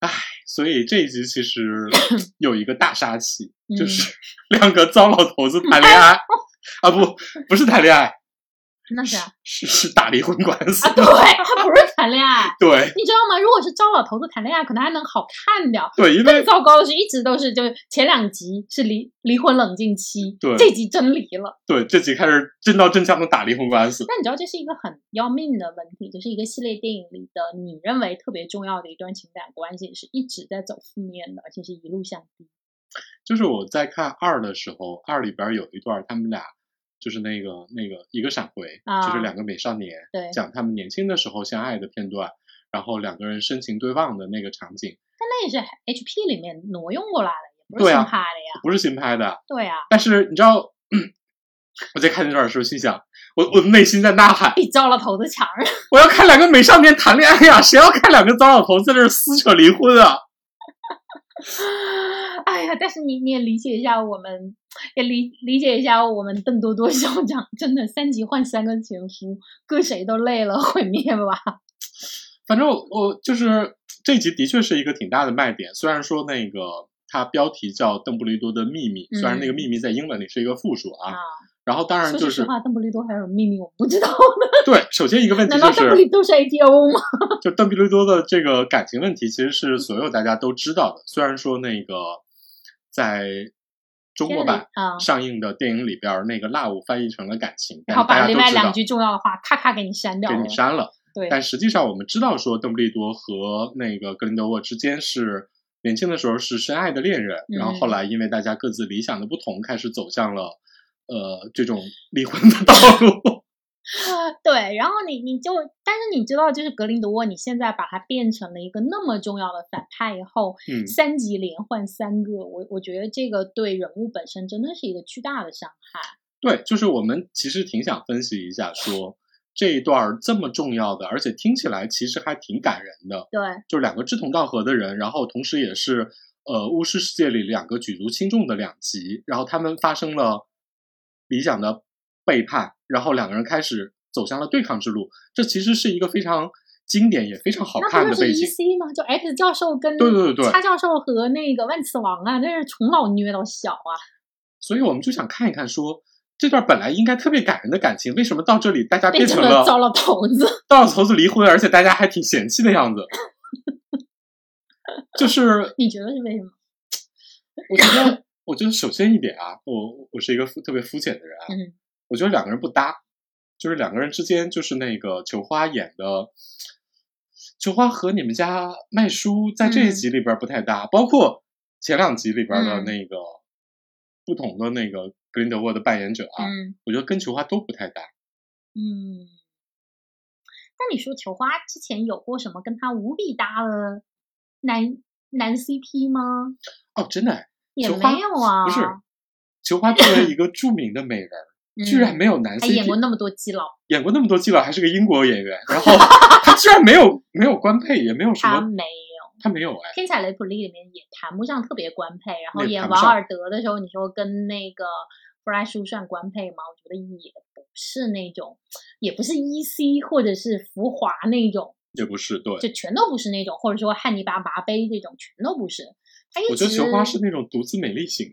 唉，所以这一集其 实有一个大杀器，嗯就是 两个糟老头子谈恋 爱啊，不，不是谈恋爱，那是啊，是是打离婚官司。对，他不是谈恋爱，对你知道吗？如果是糟老头子谈恋爱，可能还能好看点儿。对，因更为糟糕的是，一直都是就是前两集是离离婚冷静期，对这集真离了。对这集开始真刀真枪的打离婚官司。但你知道这是一个很要命的问题，就是一个系列电影里的你认为特别重要的一段情感关系是一直在走负面的，而且是一路向低。就是我在看二的时候，二里边有一段他们俩就是那个那个一个闪回，啊就是两个美少年对，讲他们年轻的时候相爱的片段，然后两个人深情对望的那个场景，但那也是 HP 里面挪用过来的，也不是对新啊拍的呀。不是新拍的。对啊，但是你知道，嗯我在看那段的时候心想，我我内心在呐喊，比糟老头子强。我要看两个美少年谈恋爱呀、谁要看两个糟老头在这儿撕扯离婚啊？ 哎呀，但是你你也理解一下我们，也理理解一下我们邓多多校长， 真的三级换三个前夫，搁谁都累了，毁灭吧。反正我我就是这集的确是一个挺大的卖点，虽然说那个它标题叫《邓布利多的秘密》，虽然那个嗯秘密在英文里是一个复数啊。啊然后当然说就句实是话，邓布利多还有秘密我不知道呢。对，首先一个问题难 道就邓布利是，多是 ATO 吗？就邓布利多的这个感情问题其实是所有大家都知道的，虽然说那个在中国版啊，上映的电影里边儿那个 love 翻译成了感情，但然后是大把家另都外知道两句重要的话咔咔给你删掉给了你。删了。对，但实际上我们知道说邓布利多和那个格林德沃之间是年轻的时候是深爱的恋人，嗯然后后来因为大家各自理想的不同，开始走向了呃这种离婚的道路。 对，然后你你就，但是你知道，就是格林德沃，你现在把他变成了一个那么重要的反派以后，嗯三级连换三个，我我觉得这个对人物本身真的是一个巨大的伤害。对，就是我们其实挺想分析一下说。这一段儿这么重要的，而且听起来其实还挺感人的，对，就是两个志同道合的人，然后同时也是呃巫师世界里两个举足轻重的两极，然后他们发生了理想的背叛，然后两个人开始走向了对抗之路。这其实是一个非常经典也非常好那看不的就是背 E 景。 C 吗？就 X 教授跟对对对叉教授和那个万磁王啊，那是从老虐到小啊。所以我们就想看一看说，这段本来应该特别感人的感情，为什么到这里大家变变成成了了糟老头子。到头子离婚，而且大家还挺嫌弃的 样子？就是你觉得是为什么？我觉得，我觉得首先一点啊，我我是一个肤特别肤浅的人啊，嗯我觉得两个人不搭，就是两个人之间就是那个球花演的，球花和你们家麦叔在这一集里边不太搭，包括前两集里边的嗯那个、不同的那个格林德沃的扮演者啊，嗯我觉得跟球花都不太搭。嗯。那你说球花之前有过什么跟他无比搭的男男 CP 吗？哦，真的哎，也球花没有啊，不是，球花作为一个著名的美 人儿，嗯居然没有男 CP，还演过那么多基佬，演过那么多季了，还是个英国演员，然 后他居然没有没有官配，也没有什他么，没有。他没有哎《天才雷普利》里面也谈不上特别官配，然后那也演谈不王上尔德的时候，你说跟那个弗莱叔算官配吗？我觉得也不是那种，也不是 E C 或者是浮华那种，也不是对。就全都不是那种，或者说汉尼拔麻杯这种，全都不是。他一直我觉得球花是那种独自美丽型，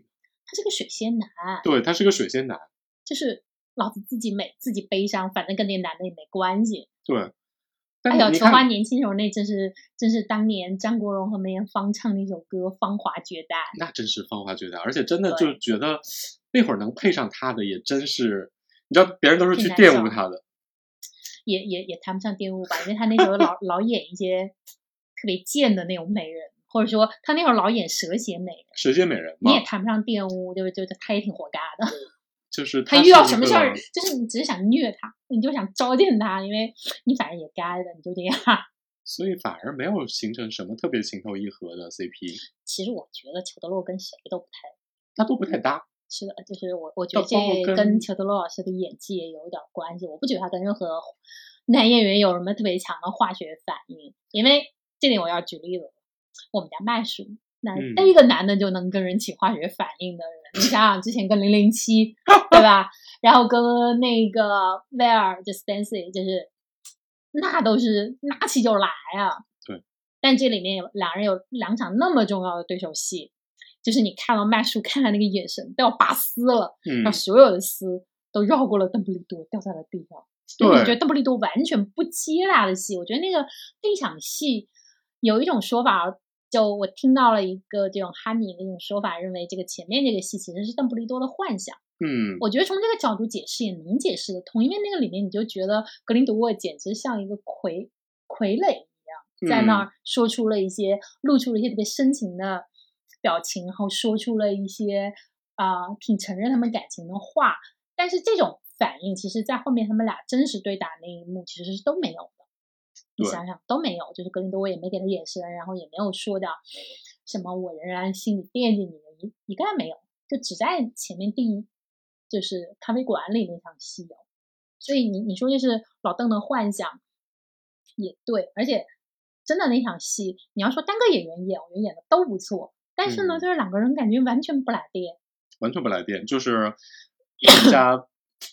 他是个水仙男，对他是个水仙男，就是老子自己美自己悲伤，反正跟那男的也没关系。对。但哎呦，是你球花看，年轻时候那真是真是当年张国荣和梅艳芳唱那首歌《芳华绝代》。那真是芳华绝代，而且真的对就觉得那会儿能配上他的也真是，你知道别人都是挺去难玷污找他的，也也也谈不上玷污吧，因为他那时候老老演一些特别贱的那种美人，或者说他那会儿老演蛇蝎美人，蛇蝎美人嘛你也，谈不上玷污，对不对？就他也挺活该的。就是 他是遇到一什么事儿个，就是你只是想虐他，你就想糟践他，因为你反正也该的，你就这样。 所以反而没有形成什么特别情投意合的 CP，其实我觉得裘德洛跟谁都不太他都不太搭。是的，就是我我觉得包括这跟跟裘德洛老师的演技也有点关系。我不觉得他跟任何 男演员有什么特别强的化学反应，因为这里我要举例子，我们家麦叔。那嗯那个男的就能跟人起化学反应的人，你想想之前跟零 零七，对吧？然后跟那个威尔就 Stancy，就是那都是拿起就来啊。对。但这里面有两人有两场那么重要的对手戏，就是你看完麦叔 看他那个眼神都要拔丝了，嗯让所有的丝都绕过了邓布利多掉在了地上。对我觉得邓布利多完全不接纳的戏，我觉得那个那场戏有一种说法，就我听到了一个这种哈尼的一种说法，认为这个前面这个戏其实是邓布利多的幻想。嗯，我觉得从这个角度解释也能解释得通，因为那个里面你就觉得格林德沃简直像一个傀傀儡一样，在那嗯儿说出了一些露出了一些特别深情的表情，然后说出了一些啊、挺承认他们感情的话，但是这种反应其实，在后面他们俩真实对打那一幕其实是都没有的。你对想想都没有，就是格林德沃也没给他眼神，然后也没有说到什么我仍然心里惦记你的一一概没有。就只在前面第一就是咖啡馆里那场戏有，所以你你说这是老邓的幻想，也对，而且真的那场戏，你要说单个演员演，我觉得演的都不错，但是呢，嗯就是两个人感觉完全不拉爹，完全不来电，就是 人家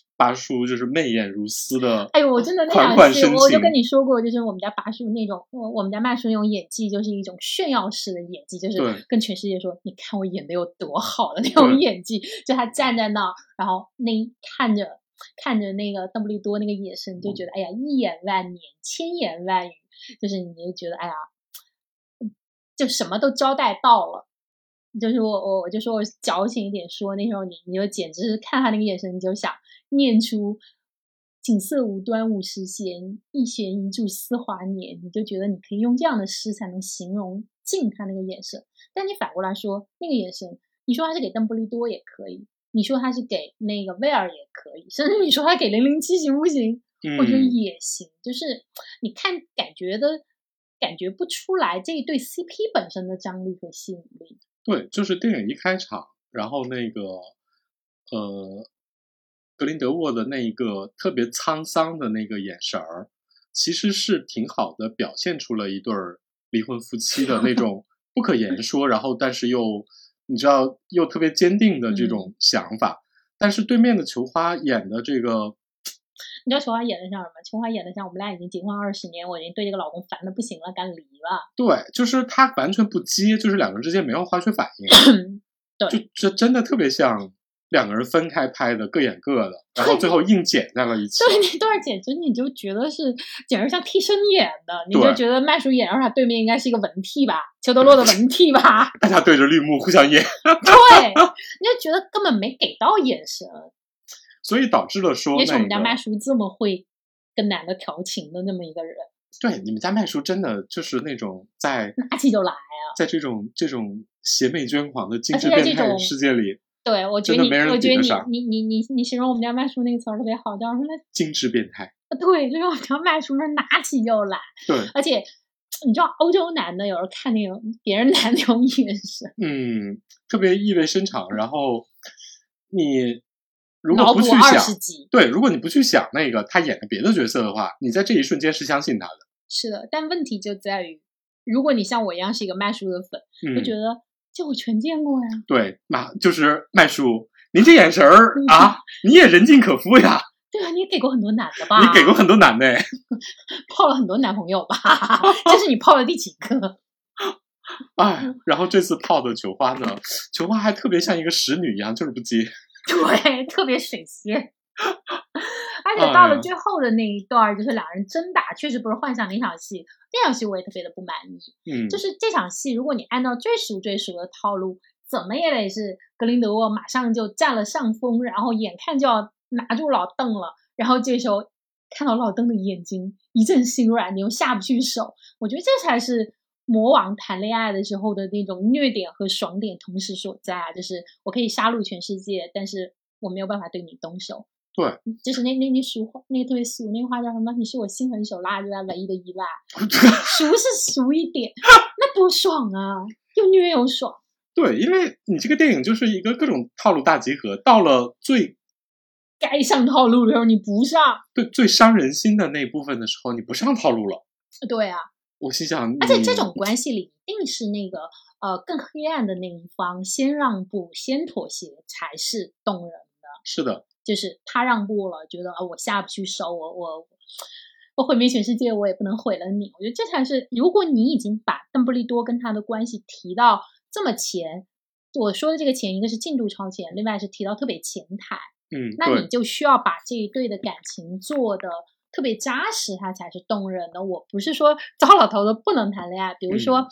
八叔就是媚眼如丝的，哎呦，我真的那款场款戏，深我就情跟你说过，就是我们家八叔那种，我我们家麦叔那种演技，就是一种炫耀式的演技，就对是跟全世界说，你看我演的有多好的那种对演技，就他站在那儿，然后那一看着看着那个邓布利多那个眼神，就觉得哎呀，一眼万年，千言万语，就是你就觉得哎呀，嗯就什么都交代到了。就是我我我就说我矫情一点说，那时候你你就简直是看他那个眼神，你就想念出“锦瑟无端五十弦，一弦一柱思华年”，你就觉得你可以用这样的诗才能形容尽他那个眼神。但你反过来说，那个眼神，你说他是给邓布利多也可以，你说他是给那个威尔也可以，甚至你说他给零零七行不行？嗯我觉得也行，就是你看感觉的感觉不出来这一对 CP 本身的张力和吸引力。对，就是电影一开场，然后那个呃，格林德沃的那一个特别沧桑的那个眼神儿，其实是挺好的，表现出了一对儿离婚夫妻的那种不可言说，然后但是又你知道又特别坚定的这种想法。但是对面的球花演的这个，你知道琼花演的像什么？琼花演的像我们俩已经结婚二十年，我已经对这个老公烦的不行了，敢离了。 对，就是他完全不接，就是两个人之间没有化学反应。就这真的特别像两个人分开拍的，各演各的，然后最后硬剪在了一起。对那段简直你就觉得是简直像替身演的，你就对觉得麦叔演让他对面应该是一个文替吧，裘德洛的文替吧，大家对着绿幕互相演，对，你就觉得根本没给到眼神。所以导致了说也许我那们家麦个叔这么会跟男的调情的那么一个人，对你们家麦叔真的就是那种在拿起就来。在这种这种邪魅癫狂的精而致且在变这态种世界里，对，我觉真得的你没，人我比觉得得上你，你，你，你，你形容我们家麦叔那个词儿特别好，叫什么来？精致变态。对，就是我们家麦叔那拿起就来。对，而且你知道欧洲男的有时候看那种别人男的那种眼神，嗯，特别意味深长。然后你如脑果补不去二十想，集。对，如果你不去想那个他演的别的角色的话，你在这一瞬间是相信他的。是的，但问题就在于，如果你像我一样是一个麦叔的粉，嗯，就觉得这我全见过呀。对，马就是麦叔，您这眼神儿嗯啊，你也人尽可夫呀，对啊，你也给过很多男的吧？你给过很多男 的，泡了很多男朋友吧？这是你泡了第几个？哎，然后这次泡的球花呢，球花还特别像一个使女一样，就是不接，对，特别水仙。而且到哎了呀最后的那一段儿，就是两人真打，确实不是幻想那场戏，那场戏我也特别的不满意。嗯，就是这场戏，如果你按照最熟最熟的套路，怎么也得是格林德沃马上就占了上风，然后眼看就要拿住老邓了，然后这时候看到老邓的眼睛一阵心软，你又下不去手，我觉得这才是魔王谈恋爱的时候的那种虐点和爽点同时所在啊！就是我可以杀戮全世界，但是我没有办法对你动手。嗯对，就是那那那俗话，那个特别俗，那个话叫什么？你是我心狠手辣之外唯一的依赖。 俗是俗一点，那多爽啊！又虐又爽。对，因为你这个电影就是一个各种套路大集合，到了最该上套路的时候你不上，对最伤人心的那部分的时候，你不上套路了，对啊，我心想，而且你这种关系里一定是那个呃更黑暗的那一方先让步、先妥协才是动人的。是的，就是他让步了，觉得啊、我下不去手，我我我毁灭全世界，我也不能毁了你。我觉得这才是，如果你已经把邓布利多跟他的关系提到这么前，我说的这个前，一个是进度超前，另外是提到特别前台，嗯，那你对，就需要把这一对的感情做的特别扎实，它才是动人的。我不是说 糟老头子不能谈恋爱，比如说、嗯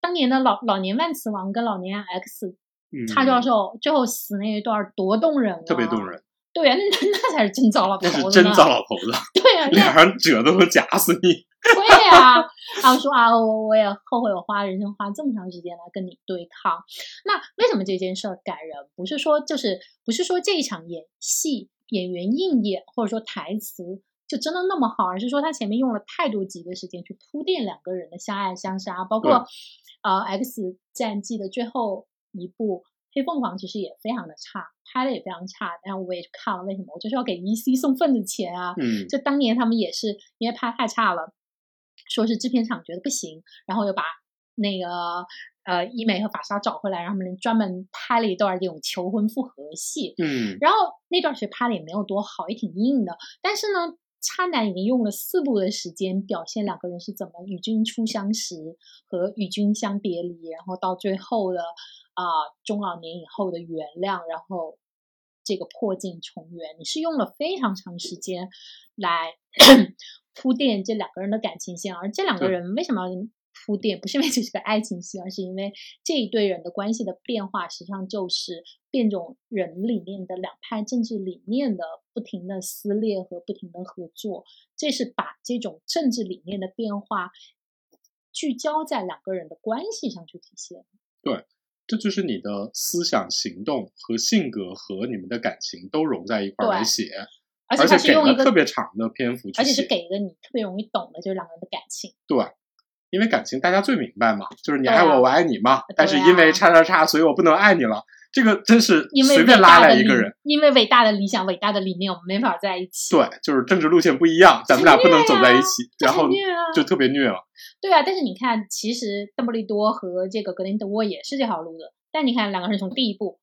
当年的老老年万磁王跟老年 X 嗯，叉教授最后死那一段儿多动人、啊，特别动。人，对呀、啊那那才是真糟老头那子是呢。真糟老啊头子，对 呀、那脸上褶都能夹死你。对呀、然后说啊，我我也后悔我花人生花这么长时间来跟你对抗。那为什么这件事儿感人？不是说就是不是说这一场演戏演员硬演或者说台词就真的那么好，而是说他前面用了太多集的时间去铺垫两个人的相爱相杀，包括呃 X 战记的最后一部。黑凤凰其实也非常的差，拍的也非常差，但我也去看了，为什么？我就是要给 EC 送份子钱啊！嗯，就当年他们也是因为拍太差了，说是制片厂觉得不行，然后又把那个呃医美和法莎找回来，然后他们专门拍了一段这种求婚复合戏。嗯，然后那段其实拍的也没有多好，也挺硬的。但是呢，差男已经用了四部的时间表现两个人是怎么与君初相识和与君相别离，然后到最后的啊、中老年以后的原谅，然后这个破镜重圆，你是用了非常长时间来 铺垫这两个人的感情线，而这两个对人为什么要铺垫？不是因为这是个爱情戏，而是因为这一对人的关系的变化，实际上就是变种人里面的两派政治理念的不停的撕裂和不停的合作，这是把这种政治理念的变化聚焦在两个人的关系上去体现。这就是你的思想、行动和性格和你们的感情都融在一块儿来对写，而而且它且是给用一了个特别长的篇幅去而且是写，给一个你特别容易懂的，就是两个人的感情。因为感情大家最明白嘛，就是你对啊爱我，我爱你嘛。但是因对啊为叉叉叉，所以我不能爱你了。这个真是因为随伟便拉大的来理一个人，，因为伟大的理想、伟大的理念，我们没法在一起。，对，就是政治路线不一样，咱们俩不能走在一起，这然很后虐啊！就特别虐了。对啊，但是你看，其实邓布利多和这个格林德沃也是这条路的。但你看，两个人从第一步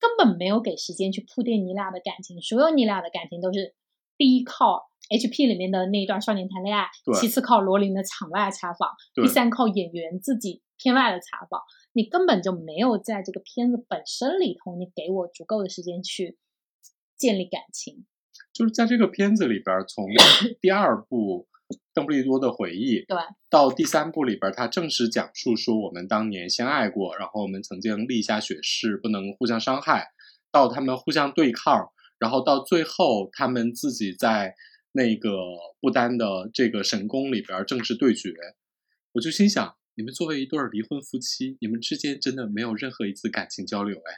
根本没有给时间去铺垫你俩的感情，所有你俩的感情都是第一靠 HP 里面的那一段少年谈恋爱，对其次靠罗琳的场外采访，对第三靠演员自己片外的采访。你根本就没有在这个片子本身里头，你给我足够的时间去建立感情。就是在这个片子里边儿，从第二部《邓布利多的回忆》对到第三部里边儿，他正式讲述说我们当年相爱过，然后我们曾经立下血誓不能互相伤害，到他们互相对抗，然后到最后他们自己在那个不丹的这个神宫里边儿正式对决。我就心想，你们作为一对儿离婚夫妻，你们之间真的没有任何一次感情交流，哎，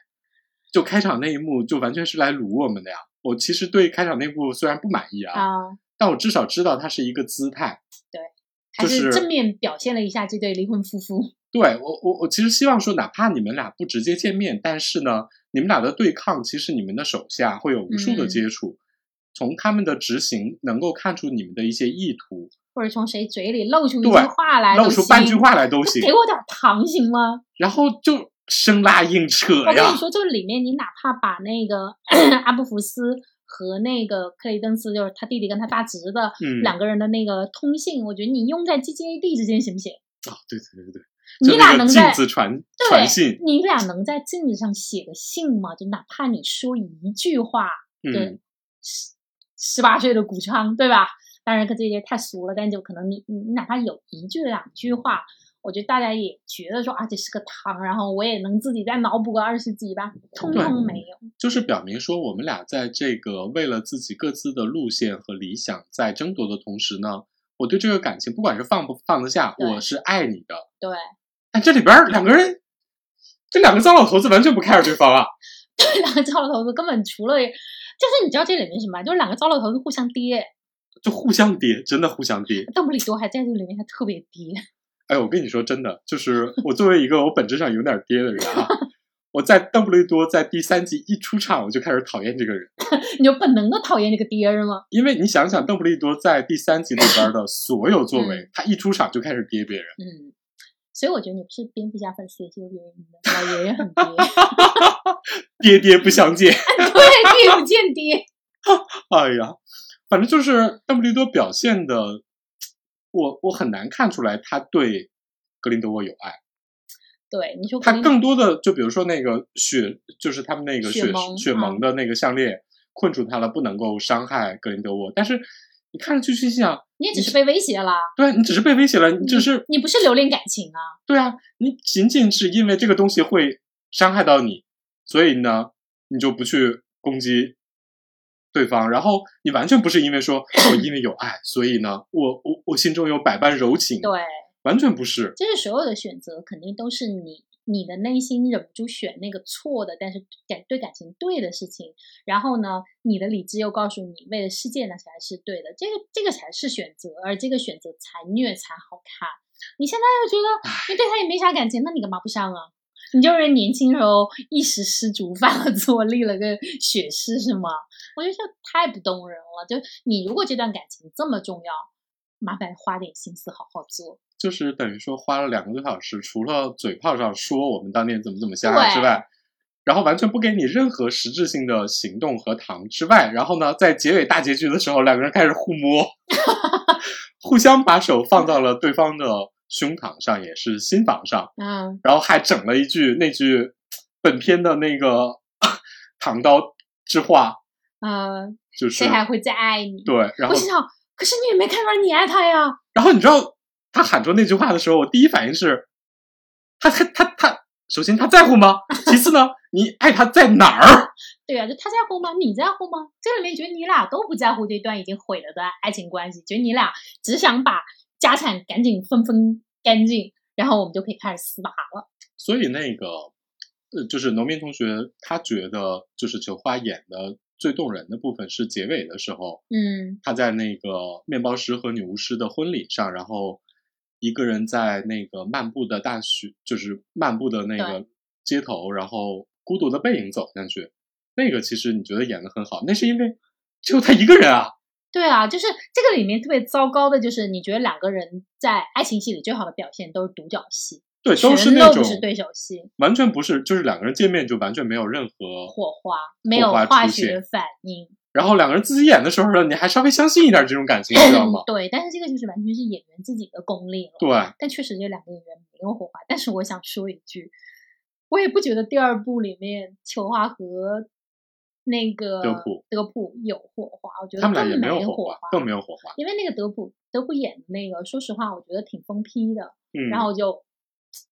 就开场那一幕就完全是来撸我们的呀。我其实对开场那部虽然不满意啊，啊、但我至少知道它是一个姿态。还就是是正面表现了一下这对离婚夫妇。对我，我我其实希望说，哪怕你们俩不直接见面，但是呢，你们俩的对抗，其实你们的手下会有无数的嗯接触，从他们的执行能够看出你们的一些意图，或者从谁嘴里露出一句对话来都露行，出半句话来都行给，我点糖行吗？然后就生拉硬扯我跟呀你。说，就是里面你哪怕把那个 阿布福斯和那个克雷登斯，就是他弟弟跟他大侄子、嗯，两个人的那个通信，我觉得你用在 GGAD 之间行不行？啊对对对对，你就俩那能个镜在子传对传信，你俩能在镜子上写个信吗？就哪怕你说一句话，对嗯，十十八岁的谷仓，对吧？当然，跟这些太俗了，但就可能你你哪怕有一句两句话，我觉得大家也觉得说啊，这是个糖，然后我也能自己再脑补个二十几吧，通对通没有。就是表明说我们俩在这个为了自己各自的路线和理想在争夺的同时呢，我对这个感情不管是放不放得下，对我是爱你的。对， 但哎这里边儿两个人，这两个糟老头子完全不 care 对方啊。对，两个糟老头子根本除了，就是你知道这里面是什么？就是两个糟老头子互相跌，就互相跌，真的互相跌。邓布利多还在这里面还特别跌，哎，我跟你说，真的，就是我作为一个我本质上有点儿跌的人啊，我在邓布利多在第三季一出场，我就开始讨厌这个人， 你就本能的讨厌这个爹是吗？因为你想想，邓布利多在第三季里边儿的所有作为，他一出场就开始跌别人。嗯，所以我觉得你不是蝙蝠侠粉丝也是有原因的，老爷爷很爹爹， 爹不相见。 对，爹不见爹。哎呀，反正就是邓布利多表现的，我我很难看出来他对格林德沃有爱。对，你说格他林更多的就比如说那个血，就是他们那个血血盟嗯血盟的那个项链困住他了，不能够伤害格林德沃。但是你看上去就想，你也只是被威胁了，对啊你只是被威胁了，你嗯只是你不是留恋感情啊？对啊，你仅仅是因为这个东西会伤害到你，所以呢，你就不去攻击对方。然后你完全不是因为说我因为有爱，所以呢，我我我心中有百般柔情，对，完全不是。就是所有的选择肯定都是你你的内心忍不住选那个错的，但是感对感情对的事情，然后呢，你的理智又告诉你为了世界那才是对的，这个这个才是选择，而这个选择才虐才好看。你现在又觉得你对他也没啥感情，那你干嘛不上啊？你就是年轻时候一时失足 犯了错，立了个血誓是吗？我觉得这太不动人了。就你如果这段感情这么重要，麻烦花点心思好好做。就是等于说花了两个多小时，除了嘴炮上说我们当年怎么怎么相爱之外，然后完全不给你任何实质性的行动和糖之外，然后呢，在结尾大结局的时候，两个人开始互摸，互相把手放到了对方的胸膛上，也是心房上，嗯，然后还整了一句那句本片的那个 唐刀之话，啊，就是谁还会再爱你？对，然后不知道，可是你也没看出来你爱他呀。然后你知道他喊出那句话的时候，我第一反应是，他他他他，首先他在乎吗？ 其次呢，你爱他在哪儿？对啊，就他在乎吗？你在乎吗？这里面觉得你俩都不在乎这段已经毁了的爱情关系，觉得你俩只想把家产赶紧分分干净，然后我们就可以开始撕吧了。所以那个，呃，就是农民同学，他觉得就是球花演的最动人的部分是结尾的时候，嗯，他在那个面包师和女巫师的婚礼上，然后一个人在那个漫步的大雪，就是漫步的那个街头，然后孤独的背影走下去。那个其实你觉得演的很好，那是因为只有他一个人啊。对啊，就是这个里面特别糟糕的，就是你觉得两个人在爱情戏里最好的表现都是独角戏，对，都是全那都种不是对手戏，完全不是，就是两个人见面就完全没有任何。火花没有火花化出现学反应。？然后两个人自己演的时候呢，你还稍微相信一点这种感情，你知道吗对，但是这个就是完全是演员自己的功力了。对，但确实这两个演员没有火花。但是我想说一句，我也不觉得第二部里面球花和那个德普德普有火花，我觉得他们俩根也本没有火花，更没有火花。因为那个德普德普演的那个，说实话，我觉得挺疯批的。嗯，然后就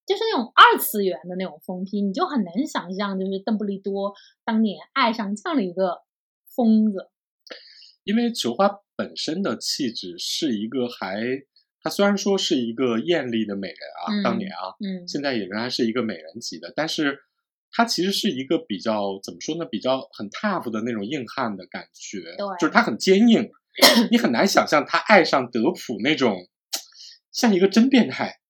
就是那种二次元的那种疯批，你就很难想象，就是邓布利多当年爱上这样的一个疯子。因为球花本身的气质是一个还，她虽然说是一个艳丽的美人啊，嗯当年啊，嗯，现在也仍然是一个美人级的，但是她其实是一个比较怎么说呢，比较很 tough 的那种硬汉的感觉，对就是她很坚硬，你很难想象她爱上德普那种像一个真变态，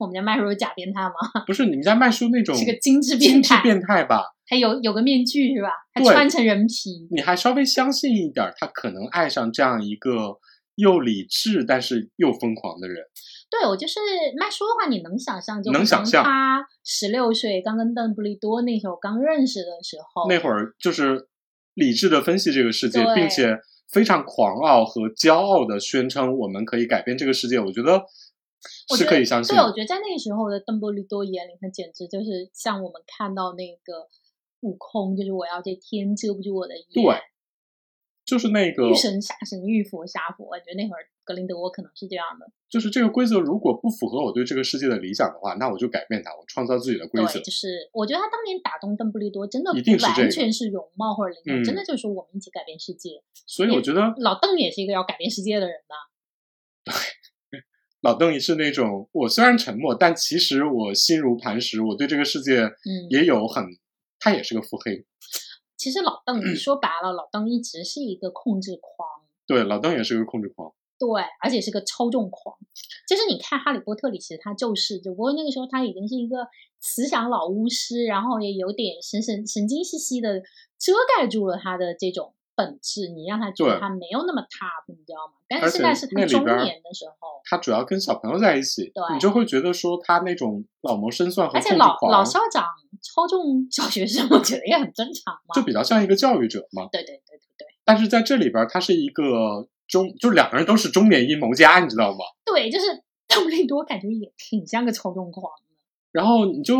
我们家麦叔有假变态吗？不是你们家麦叔那种啊是个精致精变致态，变态吧？还有有个面具是吧？还对穿成人皮，你还稍微相信一点儿，他可能爱上这样一个又理智但是又疯狂的人。对我就是麦叔的话，你能想象就能可想象他十六岁刚跟邓布利多那时候刚认识的时候，那会儿就是理智的分析这个世界，对并且非常狂傲和骄傲的宣称我们可以改变这个世界。我觉得我是觉可以得相信对，的。我觉得在那时候的邓布利多眼里，他简直就是像我们看到那个悟空，就是我要这天遮不住我的眼，对哦就是那个遇，神杀神，遇佛杀佛。我觉得那会儿格林德沃可能是这样的，就是这个规则，如果不符合我对这个世界的理想的话，那我就改变它，我创造自己的规则对，。就是我觉得他当年打动邓布利多，真的一定不是这完个全是容貌或者灵嗯感，真的就是我们一起改变世界。所以我觉得老邓也是一个要改变世界的人呐、老邓也是那种，我虽然沉默，但其实我心如磐石，我对这个世界嗯，也有很，他也是个腹黑。其实老嗯邓说白了，老邓一直是一个控制狂，对，老邓也是个控制狂。对，而且是个抽中狂。就是你看《哈利波特》里，其实他就是，只不过那个时候他已经是一个慈祥老巫师，然后也有点神神神经兮兮的遮盖住了他的这种本质，你让他觉对得他没有那么 tough，你知道吗？但而且是现在是那他里中边儿年的时候，他主要跟小朋友在一起，对你就会觉得说他那种老谋深算和而控且制老狂，老校长抽中小学生，我觉得也很正常嘛就。比较像一个教育者嘛。对对对对对，但是在这里边儿，他是一个中，就两个人都是中年阴谋家，你知道吗？对，就是邓布利多感觉也挺像个操纵狂的。然后你就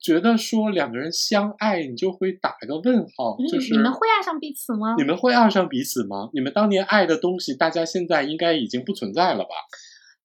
觉得说两个人相爱，你就会打一个问号，你就是嗯你们会爱上彼此吗你？们会爱上彼此吗？你们当年爱的东西，大家现在应该已经不存在了吧？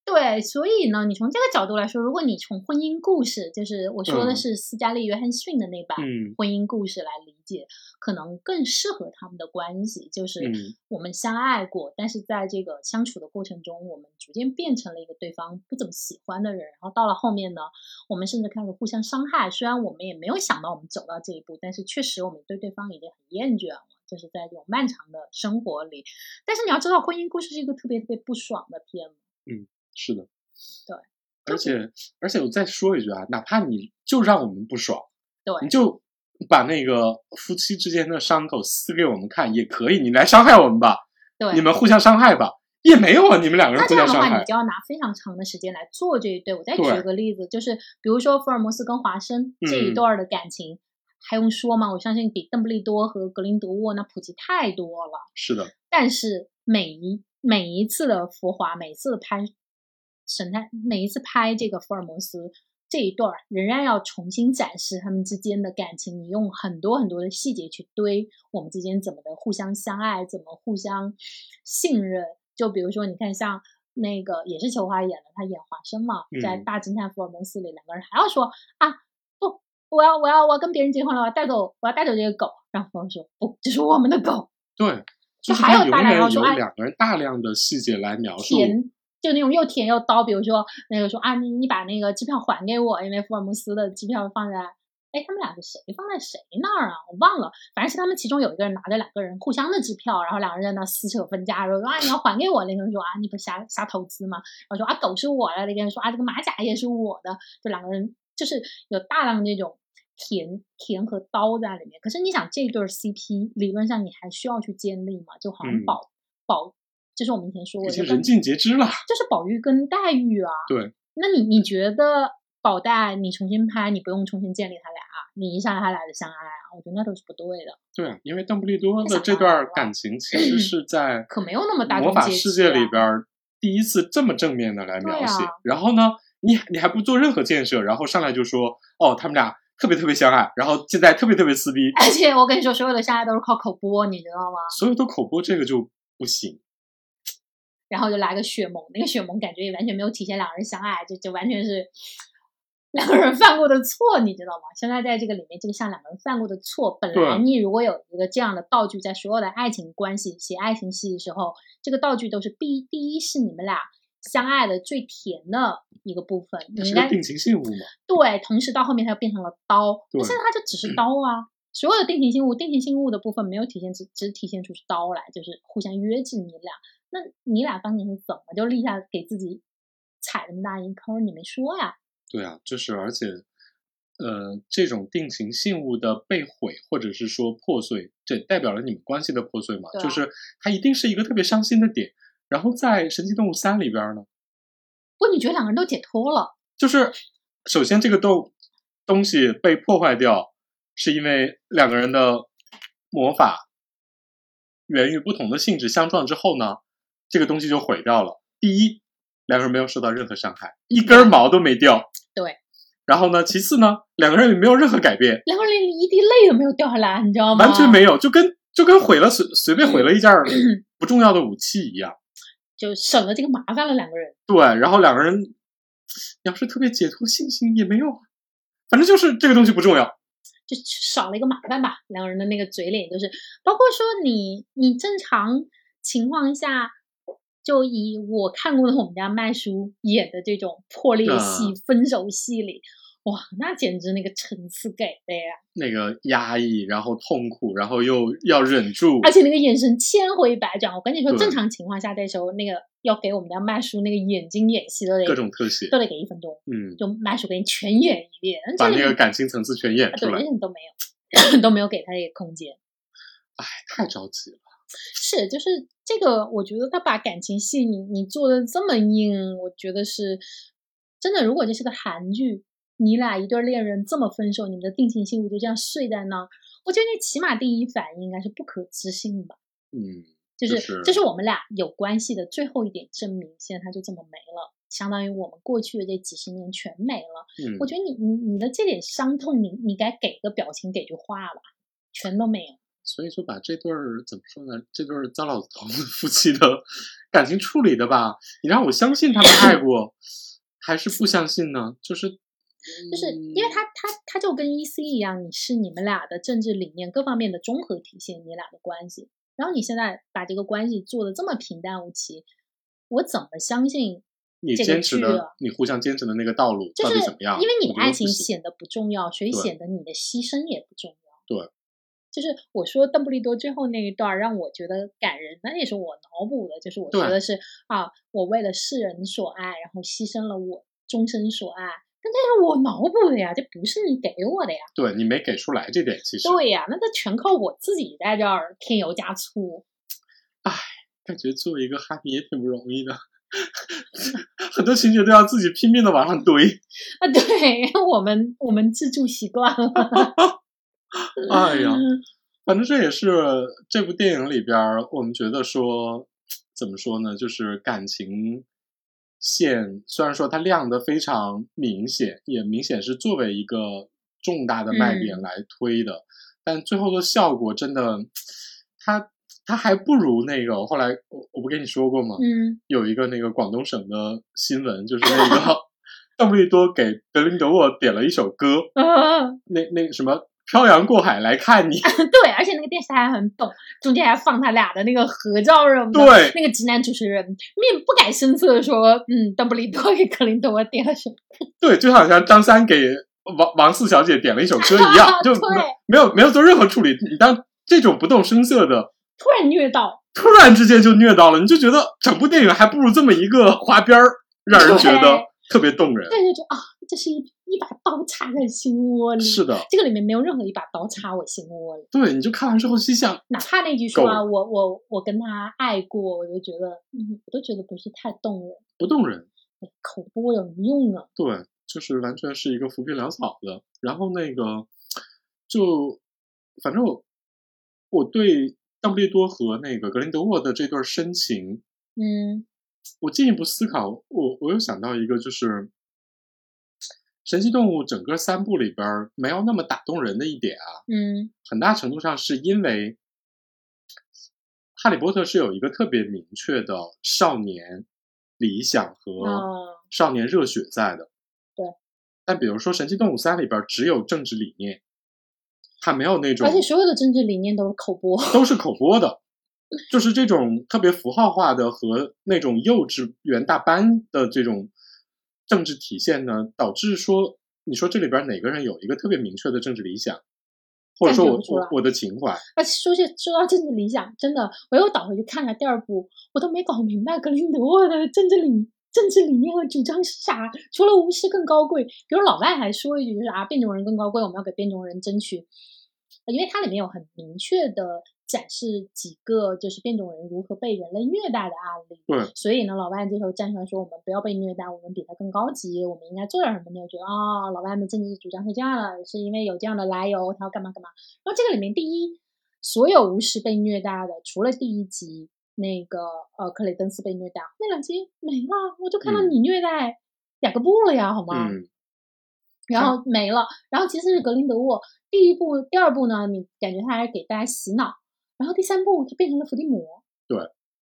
对，所以呢，你从这个角度来说，如果你从婚姻故事，就是我说的嗯是斯嘉丽·约翰逊的那版嗯婚姻故事来理解，可能更适合他们的关系，就是嗯我们相爱过，但是在这个相处的过程中，我们逐渐变成了一个对方不怎么喜欢的人，然后到了后面呢，我们甚至开始互相伤害。虽然我们也没有想到我们走到这一步，但是确实我们对对方已经很厌倦了。就是在这种漫长的生活里，但是你要知道，婚姻故事是一个特别特别不爽的片子。是的，对。而且而且我再说一句啊，哪怕你就让我们不爽，对，你就把那个夫妻之间的伤口撕给我们看也可以，你来伤害我们吧，对，你们互相伤害吧，也没有啊，你们两个人那互相这样的伤话，害你，就要拿非常长的时间来做这一对。我再对举个例子，就是比如说福尔摩斯跟华生这一嗯段儿的感情，还用说吗？我相信比邓布利多和格林德沃那普及太多了。是的，但是每一每一次的浮华，每一次的拍神探，每一次拍这个福尔摩斯这一段儿，仍然要重新展示他们之间的感情。你用很多很多的细节去堆我们之间怎么的互相相爱，怎么互相信任。就比如说，你看像。那个也是裘华演的，他演华生嘛，在嗯《大侦探福尔摩斯》里，两个人还要说啊，不，我要我要我要跟别人结婚了，我要带走我要带走这个狗。然后福尔说不，这是我们的狗，对。就是还他有永大量要远有说哎两个人大量的细节来描述，甜，就那种又甜又叨。比如说那个说啊，你你把那个机票还给我，因为福尔摩斯的机票放在，哎，他们俩是谁放在谁那儿啊？我忘了，反正是他们其中有一个人拿着两个人互相的支票，然后两个人在那撕扯分家，然后说啊你要还给我，那个人说啊你不瞎瞎投资吗？然后说啊狗是我的，那个人说啊这个马甲也是我的，就两个人就是有大量这种。甜甜和刀在里面，可是你想这对儿 CP 理论上你还需要去建立嘛？就好像嗯保、保，就是我们以前说过已的经跟人尽皆知了。就是宝玉跟黛玉啊。对。那你你觉得宝黛你重新拍，你不用重新建立他俩，啊你一下让他俩就相爱啊？我觉得那都是不对的，对啊，因为邓布利多太的想这当段了感情其实是在可没有那么大魔众法阶世级界里啊边儿第一次这么正面的来描对写。啊然后呢，你你还不做任何建设，然后上来就说哦，他们俩特别特别相爱，然后现在特别特别撕逼，而且我跟你说，所有的相爱都是靠口播，你知道吗？所有的口播这个就不行。然后就来个雪萌，那个雪萌感觉也完全没有体现两人相爱，就就完全是两个人犯过的错，你知道吗？现在在这个里面，这个像两个人犯过的错，本来对你如果有一个这样的道具，在所有的爱情关系写爱情戏的时候，这个道具都是第一，第一是你们俩相爱的最甜的一个部分，它你是应个该定情信物嘛？对，同时到后面它又变成了刀，对嗯那现在它就只是刀啊。所有的定情信物，定情信物的部分没有体现，只只体现出是刀来，就是互相约制你俩。那你俩当年是怎么就立下给自己踩那么大一坑儿？你没说呀？对啊，就是而且，呃，这种定情信物的被毁或者是说破碎，这代表了你们关系的破碎嘛？对啊就是它一定是一个特别伤心的点。然后在《神奇动物三》里边呢，不，你觉得两个人都解脱了？就是首先这个东东西被破坏掉，是因为两个人的魔法源于不同的性质相撞之后呢，这个东西就毁掉了。第一，两个人没有受到任何伤害，一根毛都没掉。对。然后呢，其次呢，两个人也没有任何改变，两个人连一滴泪都没有掉下来，你知道吗？完全。没有，就跟就跟毁了随随便毁了一件儿 不重要的武器一样。就省了这个麻烦了，两个人。对，然后两个人要是特别解脱信心也没有啊，反正就是这个东西不重要。就少了一个麻烦吧。两个人的那个嘴脸就是，包括说你你正常情况下，就以我看过的我们家麦叔演的这种破裂戏、啊分手戏里，哇，那简直那个层次给的呀！那个压抑，然后痛苦，然后又要忍住，而且那个眼神千回百转。我跟你说，对正常情况下这时候那个要给我们家麦叔那个眼睛演戏都得各种特写，都得给一分钟，嗯，就麦叔给你全演一遍，把这那里个面感情层次全演啊出对，来，人家都没有 都没有给他这个空间。哎太着急了。是，就是这个，我觉得他把感情戏你你做的这么硬，我觉得是真的。如果这是个韩剧，你俩一对恋人这么分手，你们的定情信物就这样碎在那儿，我觉得你起码第一反应应该是不可置信吧。嗯，就、就是是这是我们俩有关系的最后一点证明，现在它就这么没了，相当于我们过去的这几十年全没了。嗯我觉得你你你的这点伤痛，你你该给个表情，给句话吧，全都没有。所以说把这对儿怎么说呢？这对儿糟老头子夫妻的感情处理的吧，你让我相信他们爱过，还是不相信呢？就是嗯就是因为他他他就跟 E C 一样，你是你们俩的政治理念各方面的综合体现，你俩的关系。然后你现在把这个关系做的这么平淡无奇，我怎么相信你这个坚持剧的啊，你互相坚持的那个道路就到是底怎么样？因为你我觉的得爱不情行显得不重要，所以对显得你的牺牲也不重要。对，就是我说邓布利多最后那一段儿让我觉得感人，那也是我脑补的，就是我觉对得是啊，我为了世人所爱，然后牺牲了我终身所爱，但这是我脑补的呀，这不是你给我的呀。对你没给出来这点，其实对呀、那他全靠我自己在这儿添油加醋。感觉作为一个哈迷也挺不容易的，很多情节都要自己拼命的往上堆。啊，对 我们我们自助习惯了。哎呀，反正这也是这部电影里边儿，我们觉得说怎么说呢，就是感情线虽然说它亮的非常明显，也明显是作为一个重大的卖点嗯来推的，但最后的效果真的，它它还不如那个。我后来我我不跟你说过吗？嗯，有一个那个广东省的新闻，就是那 个邓布利多给德林德沃点了一首歌，啊，那那什么“漂洋过海来看你”。对，而且那个电视台还很懂，中间还放他俩的那个合照什么的。对那个直男主持人面不改声色地说：“嗯，邓布利多给克林顿我点了什么，对，就好像张三给王王四小姐点了一首歌一样就 对没没有没有做任何处理。你当这种不动声色的，突然虐到。突然之间就虐到了，你就觉得整部电影还不如这么一个花边儿，让人觉得对特别动人。对对对啊，这是一一把刀插在心窝里。是的，这个里面没有任何一把刀插我心窝里。对，你就看完之后心想，哪怕那句说、够啊、我我我跟他爱过，我就觉得，嗯，我都觉得不是太动人，哎不动人，口播有用啊。对，就是完全是一个浮皮潦草的。然后那个，就反正我我对邓布利多和那个格林德沃的这对深情，嗯我进一步思考，我我又想到一个，就是《神奇动物》整个三部里边儿没有那么打动人的一点啊，嗯很大程度上是因为《哈利波特》是有一个特别明确的少年理想和啊，少年热血在的。对。但比如说《神奇动物三》里边儿只有政治理念，它没有那种而且所有的政治理念都是口播。都是口播的，就是这种特别符号化的和那种幼稚园大班的这种政治体现呢，导致说，你说这里边哪个人有一个特别明确的政治理想，或者说我感觉不出来我我的情怀，而且说起说到政治理想，真的，我又倒回去看了第二部，我都没搞明白格林德沃的政治理政治理念和主张是啥，除了无私更高贵。比如老外还说一句就是啊，变种人更高贵，我们要给变种人争取，呃因为它里面有很明确的展示几个就是变种人如何被人类虐待的案例。对，所以呢，老外这时候站出来说，我们不要被虐待，我们比他更高级，我们应该做点什么呢？就觉得啊、老外们政治主张是这样的，是因为有这样的来由，他要干嘛干嘛。然后这个里面，第一，所有无视被虐待的，除了第一集那个呃克雷登斯被虐待，那两集没了，我就看到嗯你虐待雅各布了呀，好吗？嗯，然后没了。然后其次是格林德沃，第一部、第二部呢，你感觉他还是给大家洗脑，然后第三部他变成了伏地魔，对，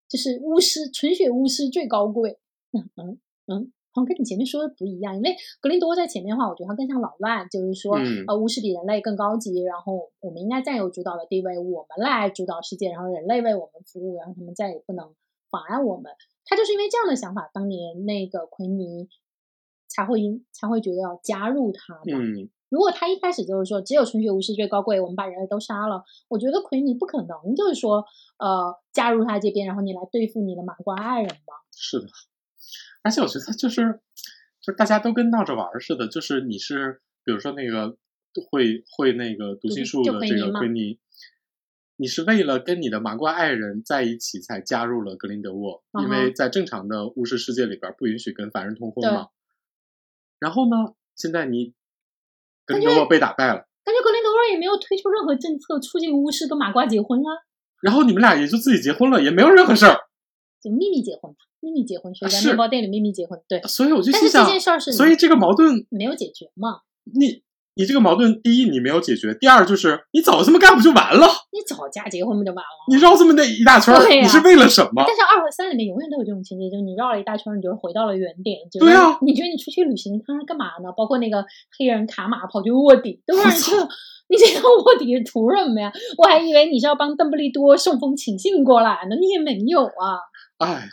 就是巫师，纯血巫师最高贵。嗯嗯嗯，好像跟你前面说的不一样，因为格林德沃在前面的话，我觉得他更像老外，就是说，嗯呃，巫师比人类更高级，然后我们应该占有主导的地位，我们来主导世界，然后人类为我们服务，然后他们再也不能妨碍我们。他就是因为这样的想法，当年那个奎尼才会因才会觉得要加入他嘛。嗯，如果他一开始就是说只有纯血巫师最高贵，我们把人类都杀了，我觉得奎尼不可能就是说呃加入他这边，然后你来对付你的马瓜爱人吧。是的。而且我觉得就是，就大家都跟闹着玩儿似的，就是你是比如说那个会会那个读心就术就的奎这尼个嘛奎尼，你是为了跟你的麻瓜爱人在一起才加入了格林德沃，因嗯为哼在正常的巫师世界里边儿不允许跟凡人通婚对嘛。然后呢，现在你格他林就德是沃被打败了，感觉格林德沃也没有推出任何政策促进巫师跟马瓜结婚啊，然后你们俩也就自己结婚了，也没有任何事儿。就秘密结婚吧，秘密结婚，谁在啊是面包店里秘密结婚？对，所以我就但心是这想，件事儿是所以这个矛盾，没有解决嘛？你你这个矛盾，第一你没有解决，第二就是你早这么干不就完了？你早嫁结婚不就完了？你绕这么那一大圈儿，对呀你是为了什么？但是二和三里面永远都有这种情节，就是你绕了一大圈儿，你就回到了原点。结对啊果你觉得你出去旅行，他是干嘛呢？包括那个黑人卡玛跑去卧底，都让人觉得你这个卧底是图什么呀？我还以为你是要帮邓布利多送封请信过来呢，你也没有啊。哎，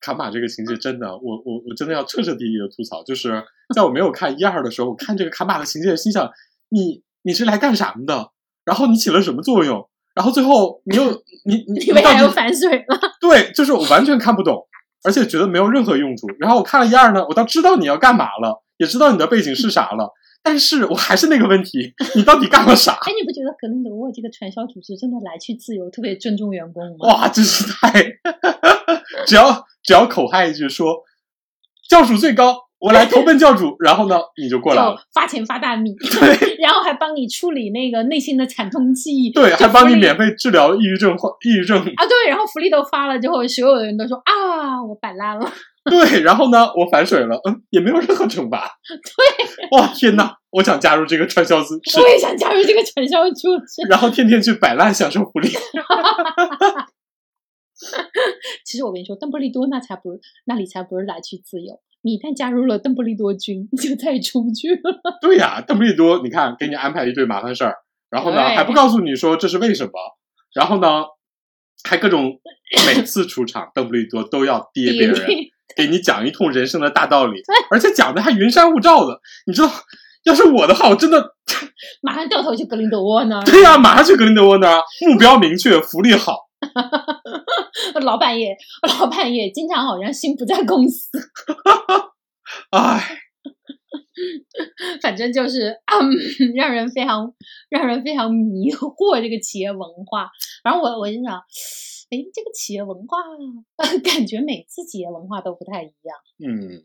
卡玛这个情节真的，我我我真的要彻彻底底的吐槽，就是在我没有看一二的时候，我看这个卡玛的情节，心想你你是来干啥么的？然后你起了什么作用？然后最后你又你 你你为啥到要底反水了？ 对，就是我完全看不懂，而且觉得没有任何用处。然后我看了一二呢，我倒知道你要干嘛了，也知道你的背景是啥了，但是我还是那个问题，你到底干了啥？哎，你不觉得格林德沃这个传销组织真的来去自由，特别尊重员工吗？哇，真是太，只要只要口嗨一句说，教主最高，我来投奔教主，然后呢你就过来就了，发钱发大 米，然后还帮你处理那个内心的惨痛记忆，对，就还帮福你利免费治疗抑郁症患抑郁症，啊，对，然后福利都发了之后，所有的人都说啊，我摆烂了。对，然后呢我反水了，嗯，也没有任何惩罚，对，哇天呐，我想加入这个传销组织我，也想加入这个传销组织。 然后天天去摆烂享受福利，其实我跟你说，邓布利多那才不是，那里才不是来去自由。你一旦加入了邓布利多军，你就再也出不去了。对呀、邓布利多，你看给你安排一堆麻烦事儿，然后呢对还不告诉你说这是为什么，然后呢还各种每次出场邓布利多都要跌别 人。给你讲一通人生的大道理，而且讲的还云山雾罩的。你知道，要是我的话，我真的马上掉头去格林德沃那儿，对呀、马上去格林德沃那儿，目标明确，福利好。 老板也老板也经常好像心不在公司， 哎，反正就是、嗯、 让人非常让人非常迷惑这个企业文化。然后我我就想，哎，这个企业文 化，感觉每次企业文化都不太一样。嗯，